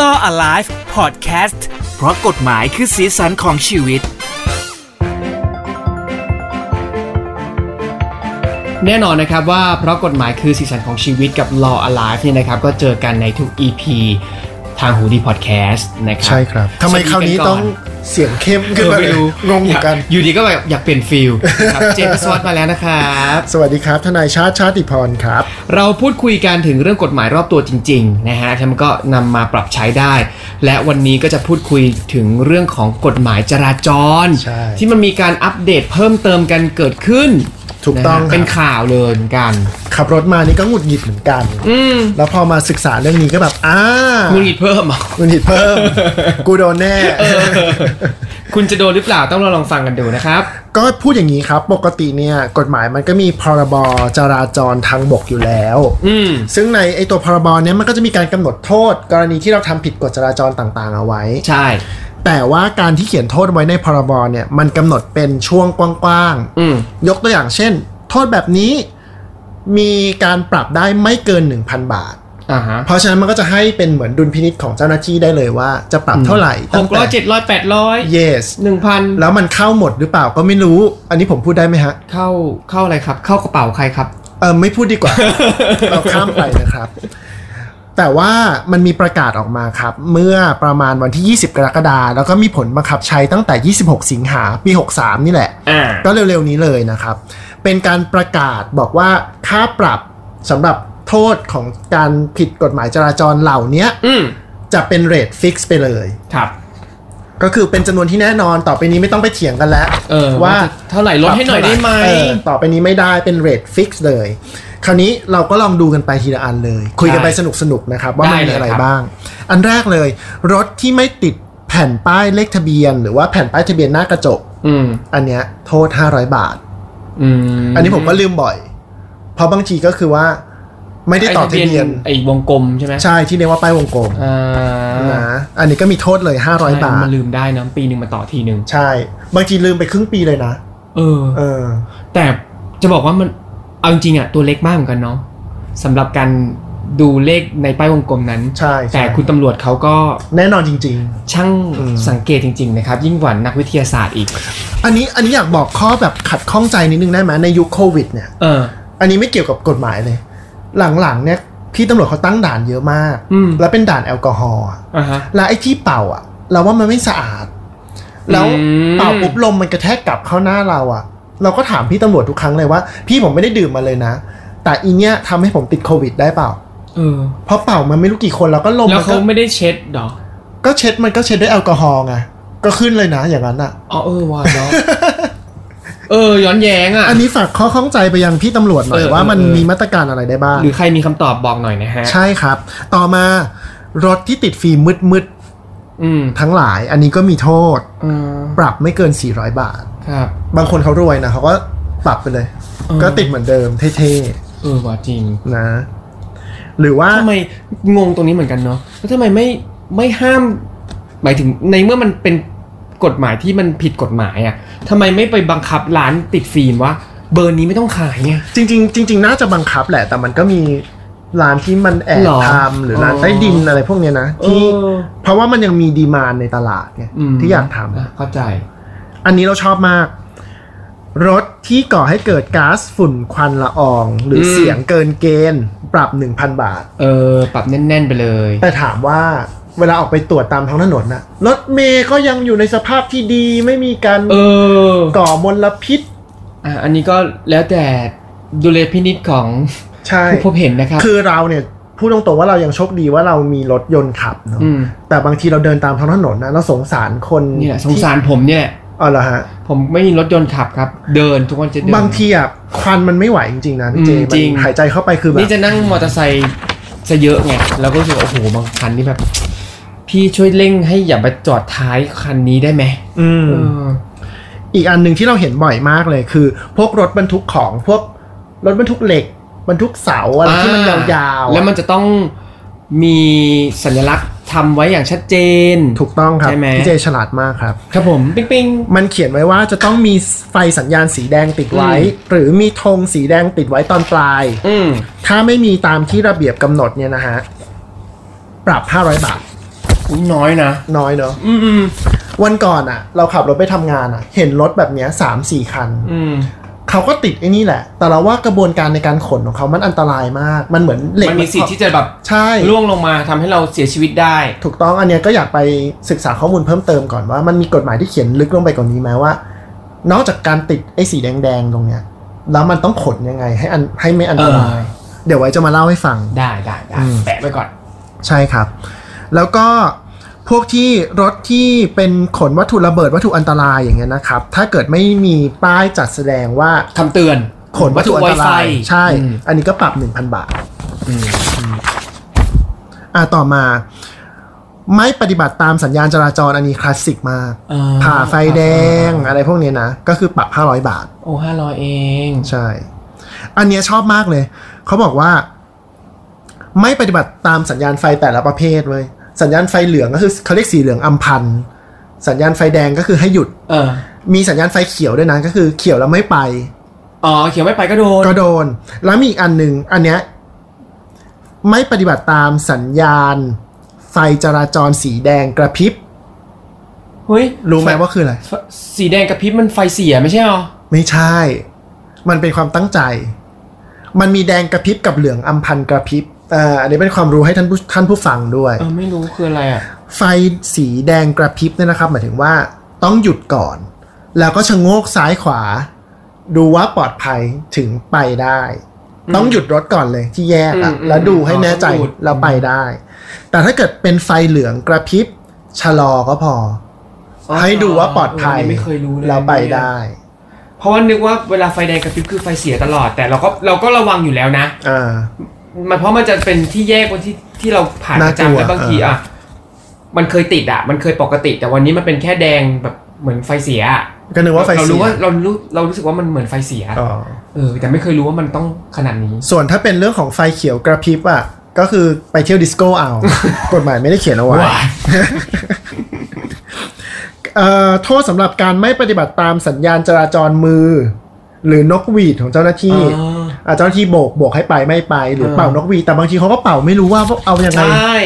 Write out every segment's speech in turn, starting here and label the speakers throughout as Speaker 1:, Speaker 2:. Speaker 1: Law Alive Podcast เพราะกฎหมายคือสีสันของชีวิต
Speaker 2: แน่นอนนะครับว่าเพราะกฎหมายคือสีสันของชีวิตกับ Law Alive เนี่ยนะครับ ก็เจอกันในทุก EP ทางหูดีพอดแคสต์นะครับ
Speaker 3: ใช่ครับทำไมคราวนี้ต้องเสียงเข้ม
Speaker 2: คื
Speaker 3: ขึ้น
Speaker 2: อ
Speaker 3: มา
Speaker 2: ไม่
Speaker 3: เลย
Speaker 2: รู้
Speaker 3: งงเหมือนกัน
Speaker 2: อยู่ดีก็แบบอยากเปลี่ยนฟิลนะครับ เจมส์วอตมาแล้วนะครับ
Speaker 3: สวัสดีครับ ทนายชาติชาติพรครับ
Speaker 2: เราพูดคุยกันถึงเรื่องกฎหมายรอบตัวจริงๆนะฮะท่านก็นำมาปรับใช้ได้ และวันนี้ก็จะพูดคุยถึงเรื่องของกฎหมายจราจร
Speaker 3: ใช่
Speaker 2: ที่มันมีการอัปเดตเพิ่มเติมกันเกิดขึ้น
Speaker 3: ถูกต้อง
Speaker 2: นะฮะ
Speaker 3: ครับ
Speaker 2: เป็นข่าวเลยเหมือนกัน
Speaker 3: ขับรถมานี่ก็หงุดหงิดเหมือนกัน
Speaker 2: อืม
Speaker 3: แล้วพอมาศึกษาเรื่องนี้ก็แบบอ้า
Speaker 2: มึงอีกเพิ่ มเหรอ
Speaker 3: หงุดหงิดเพิ่ม กูโดนแน่
Speaker 2: คุณจะโดนหรือเปล่าต้องลองฟังกันดูนะครับ
Speaker 3: ก็พูดอย่างนี้ครับ ปกติเนี่ยกฎหมายมันก็มีพรบจราจรทางบกอยู่แล้ว
Speaker 2: อืม
Speaker 3: ซึ่งในไอตัวพรบเนี้ยมันก็จะมีการกำหนดโทษ กรณีที่เราทำผิดกฎจราจรต่างๆ เอาไว้
Speaker 2: ใช่
Speaker 3: แต่ว่าการที่เขียนโทษไว้ในพรบเนี่ยมันกำหนดเป็นช่วงกว้างๆ
Speaker 2: อืม
Speaker 3: ยกตัวอย่างเช่น โทษแบบนี้มีการปรับได้ไม่เกิน 1,000 บาท
Speaker 2: อ่าฮะ
Speaker 3: เพราะฉะนั้นมันก็จะให้เป็นเหมือนดุลพินิษของเจ้าหน้าที่ได้เลยว่าจะปรับเท่าไหร่
Speaker 2: ห
Speaker 3: ตั้ง
Speaker 2: กร้
Speaker 3: แต่
Speaker 2: อยเจ็ดร้อยแปดร้อย
Speaker 3: yes
Speaker 2: หนึ่งพัน
Speaker 3: แล้วมันเข้าหมดหรือเปล่าก็ไม่รู้ อันนี้ผมพูดได้ไหมฮะ
Speaker 2: เข้าเข้าอะไรครับ เข้ากระเป๋าใครครับ
Speaker 3: เออไม่พูดดีกว่า เราข้ามไปนะครับ แต่ว่ามันมีประกาศออกมาครับ เมื่อประมาณวันที่ 20 กรกฎาคมแล้วก็มีผลบังคับใช้ตั้งแต่ 26 สิงหาปี 63 นี่แหละ
Speaker 2: อ่า
Speaker 3: ก็เร็วๆนี้เลยนะครับ เป็นการประกาศบอกว่าค่าปรับสำหรับโทษของการผิดกฎหมายจราจรเหล่าเนี้ย
Speaker 2: อืม
Speaker 3: จะเป็นเรทฟิกซ์ไปเลย
Speaker 2: ครับ
Speaker 3: ก็คือเป็นจำนวนที่แน่นอนต่อไปนี้ไม่ต้องไปเถียงกันแล้ว
Speaker 2: เออ
Speaker 3: ว่า
Speaker 2: เท่าไหร่ลดให้หน่อยได้ไหม
Speaker 3: เออต่อไปนี้ไม่ได้เป็นเรทฟิกซ์เลย คราวนี้เราก็ลองดูกันไปทีละอันเลย คุยกันไปสนุกๆนะครับ ว่ามัน
Speaker 2: ได้
Speaker 3: มี
Speaker 2: เลย
Speaker 3: อะไร
Speaker 2: ครับ
Speaker 3: บ้าง อันแรกเลย รถที่ไม่ติดแผ่นป้ายเลขทะเบียน หรือว่าแผ่นป้ายทะเบียนหน้ากระจก
Speaker 2: อืม
Speaker 3: อันเนี้ยโทษ 500 บาท
Speaker 2: อืม
Speaker 3: อันนี้ผมก็ลืมบ่อย เพราะบางทีก็คือว่าไม่ได้ต่อทะเบียน
Speaker 2: ไอ้วงกลมใช่ไหม
Speaker 3: ใช่ที่เรียกว่าป้ายวงกลม
Speaker 2: อ่า
Speaker 3: นะอันนี้ก็มีโทษเลย 500 บา
Speaker 2: ใช่
Speaker 3: ท
Speaker 2: มันลืมได้นะปีหนึ่งมาต่อทีหนึ่ง
Speaker 3: ใช่ บางทีลืมไปครึ่งปีเลยนะ
Speaker 2: เออ
Speaker 3: เออ
Speaker 2: แต่จะบอกว่ามันเอาจริงๆอ่ะตัวเล็กมากเหมือนกันเนาะสำหรับการดูเลขในป้ายวงกลมนั้น
Speaker 3: ใช่ใช่
Speaker 2: แต่คุณตำรวจเขาก็
Speaker 3: แน่นอนจริง
Speaker 2: ช่าง
Speaker 3: อืม
Speaker 2: สังเกตจริง ๆ นะครับ ยิ่งกว่านักวิทยาศาสตร์อีก
Speaker 3: ๆ อันนี้อันนี้อยากบอกข้อแบบขัดข้องใจนิดนึงได้ไหมในยุคโควิดเนี่ย
Speaker 2: เออ
Speaker 3: อันนี้ไม่เกี่ยวกับกฎหมายเลย หลังๆเนี่ยพี่ตำรวจเขาตั้งด่านเยอะมาก
Speaker 2: อืม
Speaker 3: แล้วเป็นด่านแอลกอฮอล์อะ
Speaker 2: อ่ะฮะ
Speaker 3: แล้วไอ้ที่เป่าอ่ะ เราว่ามันไม่สะอาด แล้ว
Speaker 2: อืม
Speaker 3: เป่าปุ๊บลมมันกระแทกกลับเข้าหน้าเราอ่ะ เราก็ถามพี่ตำรวจทุกครั้งเลยว่า พี่ผมไม่ได้ดื่มมาเลยนะ แต่อีเนี้ยทำให้ผมติดโควิดได้เปล่า
Speaker 2: เออ
Speaker 3: เพราะเป่ามันไม่รู้กี่คนแล้วก็ลม
Speaker 2: แล้ว
Speaker 3: มัน
Speaker 2: เขา
Speaker 3: ก็
Speaker 2: ไม่ได้เช็ดเหรอ
Speaker 3: ก็เช็ดมันก็เช็ดด้วยแอลกอฮอล์ไงก็ขึ้นเลยนะอย่างนั้นอ่ะ
Speaker 2: อ๋อเออว่าเนาะ เออ ย้อนแย้งอ่ะ
Speaker 3: อันนี้ฝากข้อข้องใจไปยังพี่ตำรวจหน่อย
Speaker 2: เออ
Speaker 3: ว่ามัน
Speaker 2: เออเออ
Speaker 3: มีมาตรการอะไรได้บ้าง
Speaker 2: หรือใครมีคำตอบบอกหน่อยนะฮะ
Speaker 3: ใช่ครับ ต่อมารถที่ติดฟิล์มมืด
Speaker 2: อืม
Speaker 3: ๆทั้งหลาย อันนี้ก็มีโทษ
Speaker 2: เออ
Speaker 3: ปรับไม่เกิน 400 บาท
Speaker 2: ครับ
Speaker 3: บางคนเขารวยนะเขาก็ปรับไปเลย
Speaker 2: เออ
Speaker 3: ก็ติดเหมือนเดิมเท่
Speaker 2: เออว่าจริง
Speaker 3: ๆนะ หรือว่า
Speaker 2: ทำไมงงตรงนี้เหมือนกันเนาะแล้วทำไมไม่ไม่ห้าม หมายถึงในเมื่อมันเป็นกฎหมายที่มันผิดกฎหมายอ่ะทำไมไม่ไปบังคับร้านติดฟิล์มว่าเบอร์นี้ไม่ต้องขายไง
Speaker 3: จริงๆจริงๆน่าจะบังคับแหละ แต่มันก็มีร้านที่มันแอบ
Speaker 2: หรอ
Speaker 3: ทำหรือร้าน
Speaker 2: อ๋อ
Speaker 3: ใต้ดินอะไรพวกเนี้ยนะ
Speaker 2: เอ
Speaker 3: ที่
Speaker 2: อ
Speaker 3: เพราะว่ามันยังมีดีมานในตลาดไง
Speaker 2: ม
Speaker 3: ที่อยากทำ
Speaker 2: ะเข้าใจ
Speaker 3: อันนี้เราชอบมาก รถที่ก่อให้เกิดก๊าซฝุ่นควันละออง หรืออ
Speaker 2: ม
Speaker 3: เสียงเกินเกณฑ์ ปรับ 1,000 บาท
Speaker 2: เออ ปรับแน่น ๆ ไปเลย
Speaker 3: แต่ถามว่าเวลาออกไปตรวจตามท้องถนนนะรถเมย์ก็ยังอยู่ในสภาพที่ดีไม่มีการ
Speaker 2: เออ
Speaker 3: ก่อมลพิษ
Speaker 2: อ่ะอันนี้ก็แล้วแต่ดุลยพินิษของ
Speaker 3: ใช่
Speaker 2: ผู้พบเห็นนะครับ
Speaker 3: คือเราเนี่ยพูดตรงๆว่าเรายังโชคดีว่าเรามีรถยนต์ขับเนาะ
Speaker 2: อืม
Speaker 3: แต่บางทีเราเดินตามท้องถนนนะเราสงสารคน
Speaker 2: นี่แหละสงสารผมเนี่ยแหละ
Speaker 3: อ๋อเหรอฮะ
Speaker 2: ผมไม่มีรถยนต์ขับครับ เดินทุกคนจะเดิน
Speaker 3: บางทีอ่ะควันมันไม่ไหวจริงๆนะพี่เจ
Speaker 2: อืมจริง
Speaker 3: มันหายใจเข้าไปคือแบบ
Speaker 2: นี่จะนั่งมอเตอร์ไซค์ซะเยอะไง แล้วก็รู้สึกว่าโอ้โห บางคันนี่แบบ พี่ช่วยเร่งให้อย่าไปจอดท้ายคันนี้ได้ไหม
Speaker 3: อืม
Speaker 2: เออ
Speaker 3: อีกอันหนึ่งที่เราเห็นบ่อยมากเลยคือ พวกรถบรรทุกของพวกรถบรรทุกเหล็ก บรรทุกเสาอะไรที่มันยาวๆอะ
Speaker 2: แล้วมันจะต้องมีสัญลักษณ์ทำไว้อย่างชัดเจน
Speaker 3: ถูกต้องครับ
Speaker 2: ใช่ไหม
Speaker 3: พี่เจฉลาดมากครับ
Speaker 2: ครับผมปิ๊งปิ๊ง
Speaker 3: มันเขียนไว้ว่าจะต้องมีไฟสัญญาณสีแดงติดไว้
Speaker 2: อื
Speaker 3: หรือมีธงสีแดงติดไว้ตอนปลาย
Speaker 2: อืม
Speaker 3: ถ้าไม่มีตามที่ระเบียบกำหนดเนี่ยนะฮะ ปรับ 500 บาท
Speaker 2: อุ้ยน้อยนะ
Speaker 3: น้อยเนอะ
Speaker 2: อืมอืม
Speaker 3: วันก่อนอ่ะ เราขับรถไปทำงานอ่ะ เห็นรถแบบเนี้ยสามสี่คัน
Speaker 2: อืม
Speaker 3: เขาก็ติดไอ้นี่แหละ แต่เราว่ากระบวนการในการขนของเขามันอันตรายมาก มันเหมือนเหล็ก
Speaker 2: มันมีสิทธิ์ที่จะแบบ
Speaker 3: ใช่
Speaker 2: ล่วงลงมาทำให้เราเสียชีวิตได้
Speaker 3: ถูกต้องอันเนี้ยก็อยากไปศึกษาข้อมูลเพิ่มเติมก่อนว่ามันมีกฎหมายที่เขียนลึกลงไปกว่านี้ไหมว่า นอกจากการติดไอ้สีแดงๆตรงเนี้ย แล้วมันต้องขนยังไง ให้อันให้ไม่อันตราย เดี๋ยวไว้จะมาเล่าให้ฟัง
Speaker 2: ได้ได้ได้
Speaker 3: อืม
Speaker 2: แปะไปก่อน
Speaker 3: ใช่ครับ แล้วก็พวกที่รถที่เป็นขนวัตถุระเบิดวัตถุอันตรายอย่างเงี้ยนะครับ ถ้าเกิดไม่มีป้ายจัดแสดงว่า
Speaker 2: คำเตือน
Speaker 3: ขนวัตถุอันตราย ใช่
Speaker 2: อืม
Speaker 3: อันนี้ก็ปรับ 1,000 บาท
Speaker 2: อืม
Speaker 3: อ่าต่อมา ไม่ปฏิบัติตามสัญญาณจราจรอันนี้คลาสสิกมาก
Speaker 2: อ่
Speaker 3: ผ่าไฟแดงอะไรพวกเนี้ยนะ ก็คือปรับ 500 บาท
Speaker 2: โอ้ห้าร้อยเอง
Speaker 3: ใช่ อันเนี้ยชอบมากเลย เขาบอกว่า ไม่ปฏิบัติตามสัญญาณไฟแต่ละประเภทเว้ย สัญญาณไฟเหลืองก็คือเขาเรียกสีเหลืองอัมพันธ์สัญญาณไฟแดงก็คือให้หยุด
Speaker 2: เออ
Speaker 3: มีสัญญาณไฟเขียวด้วยนะ ก็คือเขียวแล้วไม่ไป
Speaker 2: อ๋อ เขียวไม่ไปก็โดน
Speaker 3: ก็โดน แล้วมีอีกอันหนึ่งอันเนี้ยไม่ปฏิบัติตามสัญญาณ ไฟจราจรสีแดงกระพริบ
Speaker 2: เฮ้ย
Speaker 3: รู้ไหมว่าคืออะไร
Speaker 2: ไฟสีแดงกับพริบมันไฟเสียไม่ใช่หรอ
Speaker 3: ไม่ใช่ มันเป็นความตั้งใจ มันมีแดงกระพริบกับเหลืองอัมพันธ์กระพริบเอ่ออันนี้เป็นความรู้ให้ท่านผู้ท่านผู้ฟังด้วย
Speaker 2: เออ ไม่รู้คืออะไรอ่ะ
Speaker 3: ไฟสีแดงกระพริบเนี่ยนะครับ หมายถึงว่าต้องหยุดก่อน แล้วก็ชะโงกซ้ายขวา ดูว่าปลอดภัยถึงไปได้
Speaker 2: อืม
Speaker 3: ต้องหยุดรถก่อนเลยที่แยกอะ
Speaker 2: อืมอืม
Speaker 3: แล้วดูให้
Speaker 2: อ๋อ
Speaker 3: แน่ใจ
Speaker 2: ต้องหยุด
Speaker 3: แล้วไปได้ แต่ถ้าเกิดเป็นไฟเหลืองกระพริบชะลอก็พอ ให้ดูว่าปลอดภัย
Speaker 2: เนนี้ไม่เคยรู้เลย
Speaker 3: แล้วไปได้
Speaker 2: เพราะว่านึกว่าเวลาไฟแดงกับพริบคือไฟเสียตลอด แต่เราก็เราก็ระวังอยู่แล้วนะ
Speaker 3: อ่า
Speaker 2: มันเพราะมันจะเป็นที่แยกวันที่ที่เราผ่านประ
Speaker 3: น่ากลั
Speaker 2: จำ
Speaker 3: ว
Speaker 2: แล้วบางที
Speaker 3: เอออ่
Speaker 2: อ่ะ มันเคยติดอ่ะ มันเคยปกติ แต่วันนี้มันเป็นแค่แดงแบบเหมือนไฟเสียอะ
Speaker 3: ก็นึกว่าไฟ
Speaker 2: เรา
Speaker 3: เสี
Speaker 2: รู้
Speaker 3: ย
Speaker 2: ว่าเรารู้เรารู้สึกว่ามันเหมือนไฟเสีย
Speaker 3: อ๋อ
Speaker 2: เออ แต่ไม่เคยรู้ว่ามันต้องขนาดนี้
Speaker 3: ส่วนถ้าเป็นเรื่องของไฟเขียวกระพริบอ่ะ ก็คือไปเที่ยวดิสโก้เอา กฎหมายไม่ได้เขียนเอาไว้
Speaker 2: ว้าย
Speaker 3: เอ่อโทษสำหรับการไม่ปฏิบัติตามสัญญาณจราจรมือ หรือนกหวีดของเจ้าหน้าที่
Speaker 2: อ๋อ
Speaker 3: อ่ะเจ้าหน้าที่โบกโบกให้ไปไม่ไป หรือเป่านกหวีดแต่บางทีเขาก็เป่าไม่รู้ว่าเอายัง
Speaker 2: ใช
Speaker 3: ไง่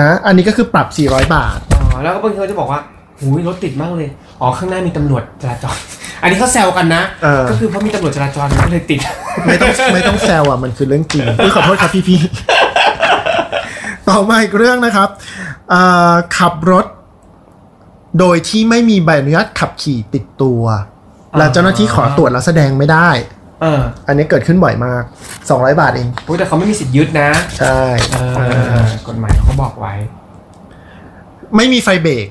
Speaker 3: นะ อันนี้ก็คือปรับ 400 บาท
Speaker 2: อ๋อแล้วก็บางทีเขาจะบอกว่าหูยรถติดมากเลย อ๋อ ข้างหน้ามีตำรวจจราจร อันนี้เขาแซวกันนะ
Speaker 3: เออ
Speaker 2: ก็คือเพราะมีตำรวจจราจรมันก็เลยติด
Speaker 3: ไม่ต้องไม่ต้องแซวอ่ะ มันคือเรื่องจริงอุ๊ยขอโทษครับพี่พี่ๆต่อมาอีกเรื่องนะครับเอ่อขับรถ โดยที่ไม่มีใบอนุญาตขับขี่ติดตัว แล้วเจ้าหน้าที่ขอตรวจแล้วแสดงไม่ได้
Speaker 2: เออ
Speaker 3: อันนี้เกิดขึ้นบ่อยมาก 200 บาทเอง
Speaker 2: โอ้ยแต่เขาไม่มีสิทธิ์ยึดนะ
Speaker 3: ใช่
Speaker 2: เออ
Speaker 3: เออก
Speaker 2: ฎหมายเขาก็บอกไว้
Speaker 3: ไม่มีไฟเบรก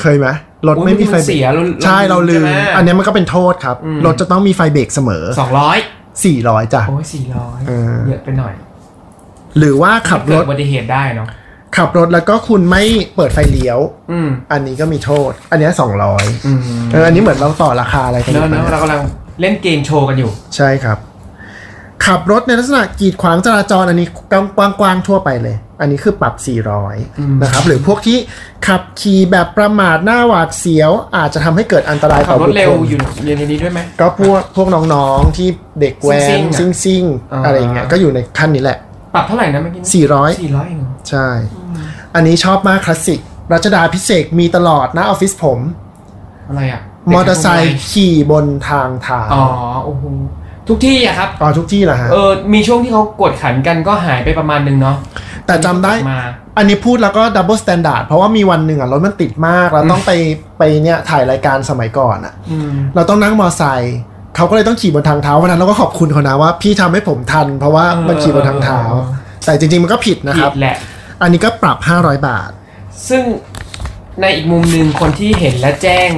Speaker 3: เคยไหมรถ
Speaker 2: โอ้ย
Speaker 3: ไม่มีไฟ
Speaker 2: มันเสียเราเรา
Speaker 3: ใช่เราลืม
Speaker 2: ใช่ไหม
Speaker 3: อันเนี้ยมันก็เป็นโทษครับ
Speaker 2: อืม
Speaker 3: รถจะต้องมีไฟเบรกเสมอ
Speaker 2: สองร้อย
Speaker 3: 400จ้ะ
Speaker 2: โอ้ยสี่ร้อย
Speaker 3: เออ
Speaker 2: เยอะไปหน่อย
Speaker 3: หรือว่าขับร
Speaker 2: เกิด
Speaker 3: ถ
Speaker 2: อุบัติเหตุได้เนาะ
Speaker 3: ขับรถแล้วก็คุณไม่เปิดไฟเลี้ยว
Speaker 2: อืม
Speaker 3: อันนี้ก็มีโทษ อันเนี้สองร้อย
Speaker 2: อืม
Speaker 3: เอออันนี้เหมือนเราต่อราคาอะไรกันอ
Speaker 2: เน
Speaker 3: ยู่
Speaker 2: อะเนอะ
Speaker 3: ปะ
Speaker 2: เรากำลังเล่นเกมโชว์กันอยู่
Speaker 3: ใช่ครับ ขับรถในลักษณะกีดขวางจราจรอันนี้กว้างๆทั่วไปเลย อันนี้คือปรับ
Speaker 2: อืม
Speaker 3: 400 นะครับ หรือพวกที่ขับขี่แบบประมาทหน้าหวาดเสียว อาจจะทำให้เกิดอันตราย
Speaker 2: ขั
Speaker 3: ต่
Speaker 2: บร
Speaker 3: อบุ
Speaker 2: ถ
Speaker 3: ค
Speaker 2: เร็
Speaker 3: คว ล
Speaker 2: อยู่อยู่ในนี้ด้วยไหม
Speaker 3: ก็พวกพวกน้องๆที่เด็กแว้
Speaker 2: ซิ่ง
Speaker 3: น
Speaker 2: ๆอะ
Speaker 3: ซิ่งซิ่งๆ
Speaker 2: อ่า
Speaker 3: อะไรอย่างเงี้ยก็อยู่ในขั้นนี้แหละ
Speaker 2: ปรับเท่าไหร่นะเมื่อกี้นะ
Speaker 3: 400
Speaker 2: สี่ร้อยเองเหรอ
Speaker 3: ใช่ อันนี้ชอบมากคลาสสิกรัชดาพิเศษกมีตลอดหน้าออฟฟิศผม
Speaker 2: อะไรอ่ะ
Speaker 3: มอเตอร์ไซค์ขี่บนทางเท้า
Speaker 2: อ๋อโอ้โหทุกที่อะครับ
Speaker 3: อ๋อทุกที่เหรอฮะ
Speaker 2: เออ มีช่วงที่เขากวดขันกันก็หายไปประมาณนึงเนาะ
Speaker 3: แต่จำได้
Speaker 2: มา
Speaker 3: อันนี้พูดแล้วก็ดับเบิลสแตนดาร์ดเพราะว่ามีวันหนึ่งอ่ะรถมันติดมาก แล้วต้องไปไปเนี่ยถ่ายรายการสมัยก่อนอ่ะ
Speaker 2: อืม
Speaker 3: เราต้องนั่งมอไซค์เขาก็เลยต้องขี่บนทางเท้าวันนั้นเราก็ขอบคุณเขานะว่าพี่ทำให้ผมทัน เพราะว่า
Speaker 2: เออ
Speaker 3: มันขี่บนทางเท้า
Speaker 2: เออเออ
Speaker 3: แต่จริงๆมันก็ผิดนะค
Speaker 2: ผิ
Speaker 3: รับ
Speaker 2: ดแหละ
Speaker 3: อันนี้ก็ปรับ 500 บาท
Speaker 2: ซึ่งในอีกมุมหนึ่งคนที่เห็นและแจ้ง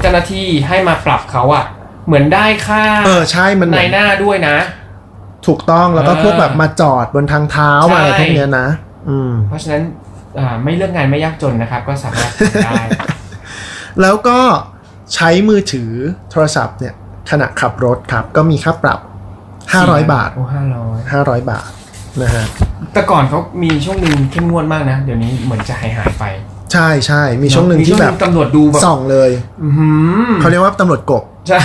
Speaker 2: เจ้าหน้าที่ให้มาปรับเขาอะเหมือนได้ค่า
Speaker 3: เออใช่มันเหมื
Speaker 2: ใน
Speaker 3: อน
Speaker 2: หน้าด้วยนะ
Speaker 3: ถูกต้องแล้วก็
Speaker 2: เออ
Speaker 3: พวกแบบมาจอดบนทางเท้า
Speaker 2: ใช่
Speaker 3: มาอะไรพวกเนี้ยนะ อืม
Speaker 2: เพราะฉะนั้นอ่าไม่เลือกงานไม่ยากจนนะครับ ก็สามารถทำ ได้
Speaker 3: แล้วก็ใช้มือถือโทรศัพท์เนี่ยขณะขับรถครับ ก็มีค่าปรับ 500 บาท
Speaker 2: โอ้ห้าร้อย
Speaker 3: 500 บาทนะฮะ
Speaker 2: แต่ก่อนเขามีช่วงหนึ่งเข้มงวดมากนะ เดี๋ยวนี้เหมือนจะหายหายๆไป
Speaker 3: ใช่ใช่มีช่วงหนึ่ง
Speaker 2: มี
Speaker 3: ที่แบบ
Speaker 2: ตำรวจดูแบบ
Speaker 3: ส่องเลย
Speaker 2: อื้อหือ
Speaker 3: เขาเรียกว่าตำรวจกบ
Speaker 2: ใช่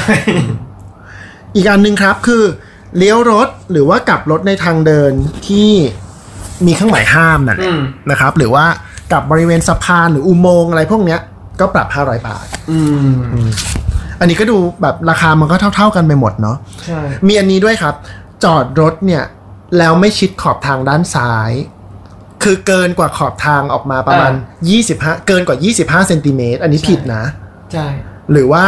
Speaker 3: อีกอันหนึ่งครับคือเลี้ยวรถหรือว่ากลับรถในทางเดินที่มีเครื่องหมายห้ามนั่นแห
Speaker 2: อื
Speaker 3: ละ
Speaker 2: ม
Speaker 3: นะครับ หรือว่า กับบริเวณสะพานหรืออุโมงค์อะไรพวกเนี้ยก็ปรับ 500 บาท
Speaker 2: อืม
Speaker 3: อันนี้ก็ดูแบบราคามันก็เท่า ๆกันไปหมดเนาะ
Speaker 2: ใช่
Speaker 3: มีอันนี้ด้วยครับ จอดรถเนี่ย แล้วไม่ชิดขอบทางด้านซ้าย คือเกินกว่าขอบทางออกมาประมาณ 25 เกินกว่า 25เซนติเมตรอันนี้ผิดนะ
Speaker 2: ใช่
Speaker 3: หรือว่า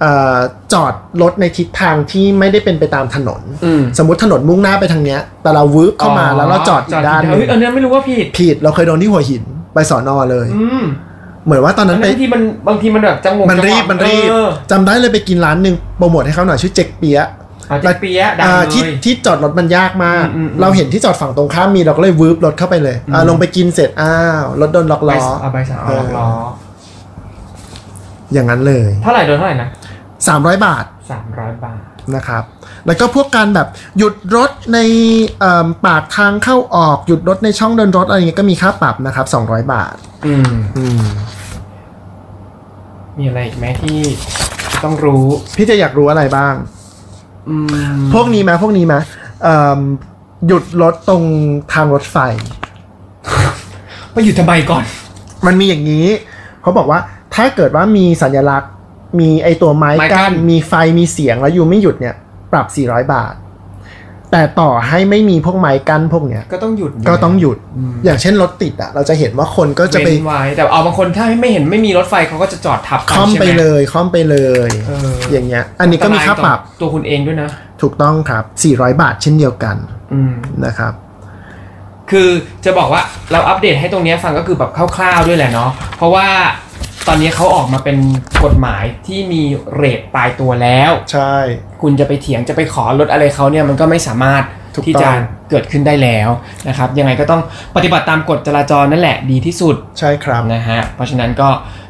Speaker 3: เอ่อจอดรถในทิศทางที่ไม่ได้เป็นไปตามถนน
Speaker 2: อืม
Speaker 3: สมมติถนนมุ่งหน้าไปทางเนี้ย แต่เราวืบเข้ามาแล้วเราจอดอีกด้านหนึง
Speaker 2: เฮ้ยอันนี้ไม่รู้ว่าผิด
Speaker 3: ผิดเราเคยโดนที่หัวหินไปสอนอเลย
Speaker 2: อืม
Speaker 3: เหมือนว่าตอนนั้นไป
Speaker 2: บางทีมันบางทีมันแบบจังหวะ
Speaker 3: มันรีบ
Speaker 2: จังหวะ
Speaker 3: มันรีบ
Speaker 2: เออ
Speaker 3: จำได้เลยไปกินร้านหนึ่งโปรโมทให้เขาหน่อยชื่อเจ๊กเปียะ
Speaker 2: อาจจะเปียะดัง
Speaker 3: อ่า
Speaker 2: เล
Speaker 3: ที่
Speaker 2: ย
Speaker 3: ที่จอดรถมันยากมาก
Speaker 2: อืมอืมอืม
Speaker 3: เราเห็นที่จอดฝั่งตรงข้ามมีเราก็เลยวืบรถเข้าไปเลยอ่า
Speaker 2: อืม
Speaker 3: ลงไปกินเสร็จอ้าวรถโดนล็อก
Speaker 2: ใบ
Speaker 3: ล้อ
Speaker 2: สาวใบสาว
Speaker 3: เออ
Speaker 2: ล้อ
Speaker 3: อย่างนั้นเลย
Speaker 2: เท่าไหร่โดนเท่าไหร่นะ
Speaker 3: 300 บาท
Speaker 2: สามร้อยบาท
Speaker 3: นะครับ แล้วก็พวกการแบบหยุดรถในเอิ่มปากทางเข้าออกหยุดรถในช่องเดินรถอะไรเงี้ยก็มีค่าปรับนะครับ 200 บาท
Speaker 2: อืม
Speaker 3: อืม
Speaker 2: มีอะไรอีกไหมที่ต้องรู้
Speaker 3: พี่จะอยากรู้อะไรบ้าง
Speaker 2: อืม
Speaker 3: พวกนี้ไหมพวกนี้ไหมเอิ่มหยุดรถตรงทางรถไฟ
Speaker 2: ไปอยู่ทำไมก่อน
Speaker 3: มันมีอย่างนี้ เขาบอกว่าถ้าเกิดว่ามีสัญลักษณ์ มีไอตัวไม้
Speaker 2: ไม้กั้
Speaker 3: กั้น
Speaker 2: น
Speaker 3: มีไฟมีเสียงแล้วอยู่ไม่หยุดเนี่ย ปรับ 400 บาท แต่ต่อให้ไม่มีพวกไม้กั้นพวกเนี้ย
Speaker 2: ก็ต้องหยุด
Speaker 3: ก็ต้องหยุดอย่างเช่นรถติดอะเราจะเห็นว่าคนก็จะ
Speaker 2: จะ
Speaker 3: ไป
Speaker 2: ไปไว้แต่เอาบางคนถ้าไม่เห็นไม่มีรถไฟเขาก็จะจอดทับกัน
Speaker 3: คล่อม
Speaker 2: ใช่ห
Speaker 3: ไปเลยคล่อมไปเลย
Speaker 2: เออ
Speaker 3: อ
Speaker 2: อ
Speaker 3: ย่างเงี้ย อันนี้ก็มีค่าปรับ
Speaker 2: อันตยต่อตัวคุณเองด้วยนะ
Speaker 3: ถูกต้องครับ 400 บาทเช่นเดียวกัน
Speaker 2: อืม
Speaker 3: นะครับ
Speaker 2: คือจะบอกว่าเราอัปเดตให้ตรงเนี้ยฟังก็คือแบบคร่าวๆด้วยแหละเนาะเพราะว่าตอนนี้เขาออกมาเป็นกฎหมายที่มีเรทปลายตัวแล้ว
Speaker 3: ใช่
Speaker 2: คุณจะไปเถียงจะไปขอลดอะไรเขาเนี่ยมันก็ไม่สามารถ
Speaker 3: ถูก
Speaker 2: ที่
Speaker 3: ต้
Speaker 2: จะ
Speaker 3: อง
Speaker 2: เกิดขึ้นได้แล้วนะครับยังไงก็ต้องปฏิบัติตามกฎจราจรนั่นแหละดีที่สุด
Speaker 3: ใช่ครับ
Speaker 2: นะฮะเพราะฉะนั้นก็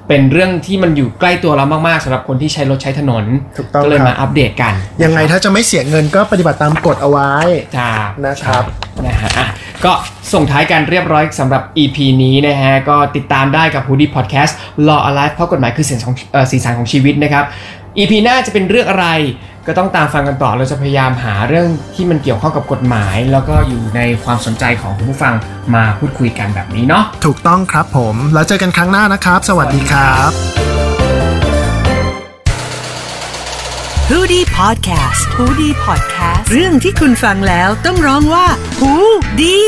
Speaker 2: เป็นเรื่องที่มันอยู่ใกล้ตัวเรามากๆสำหรับคนที่ใช้รถใช้ถนน
Speaker 3: ถูกต้อง
Speaker 2: ก็เลย
Speaker 3: ครับ
Speaker 2: มาอัปเดตกัน
Speaker 3: ยังไงถ้าจะไม่เสียเงินก็ปฏิบัติตามกฎเอาไว้
Speaker 2: จ้า
Speaker 3: นะครับ
Speaker 2: นะฮะอ่ะก็ส่งท้ายกันเรียบร้อยสำหรับ EP นี้นะฮะ ก็ติดตามได้กับ h o o d i e Podcast Law Alive เพราะกฎหมายคือสีสันของเอ่อสีสันของชีวิตนะครับ EP หน้าจะเป็นเรื่องอะไร ก็ต้องตามฟังกันต่อเราจะพยายามหาเรื่องที่มันเกี่ยวข้องกับกฎหมาย แล้วก็อยู่ในความสนใจของคุณผู้ฟังมาพูดคุยกันแบบนี้เนาะ
Speaker 3: ถูกต้องครับผม แล้วเจอกันครั้งหน้านะครับ สวัสดีครับ
Speaker 4: h o ดี้พอดแคสต์ o ูดี้พอดแคสต์ เรื่องที่คุณฟังแล้วต้องร้องว่า h ูดี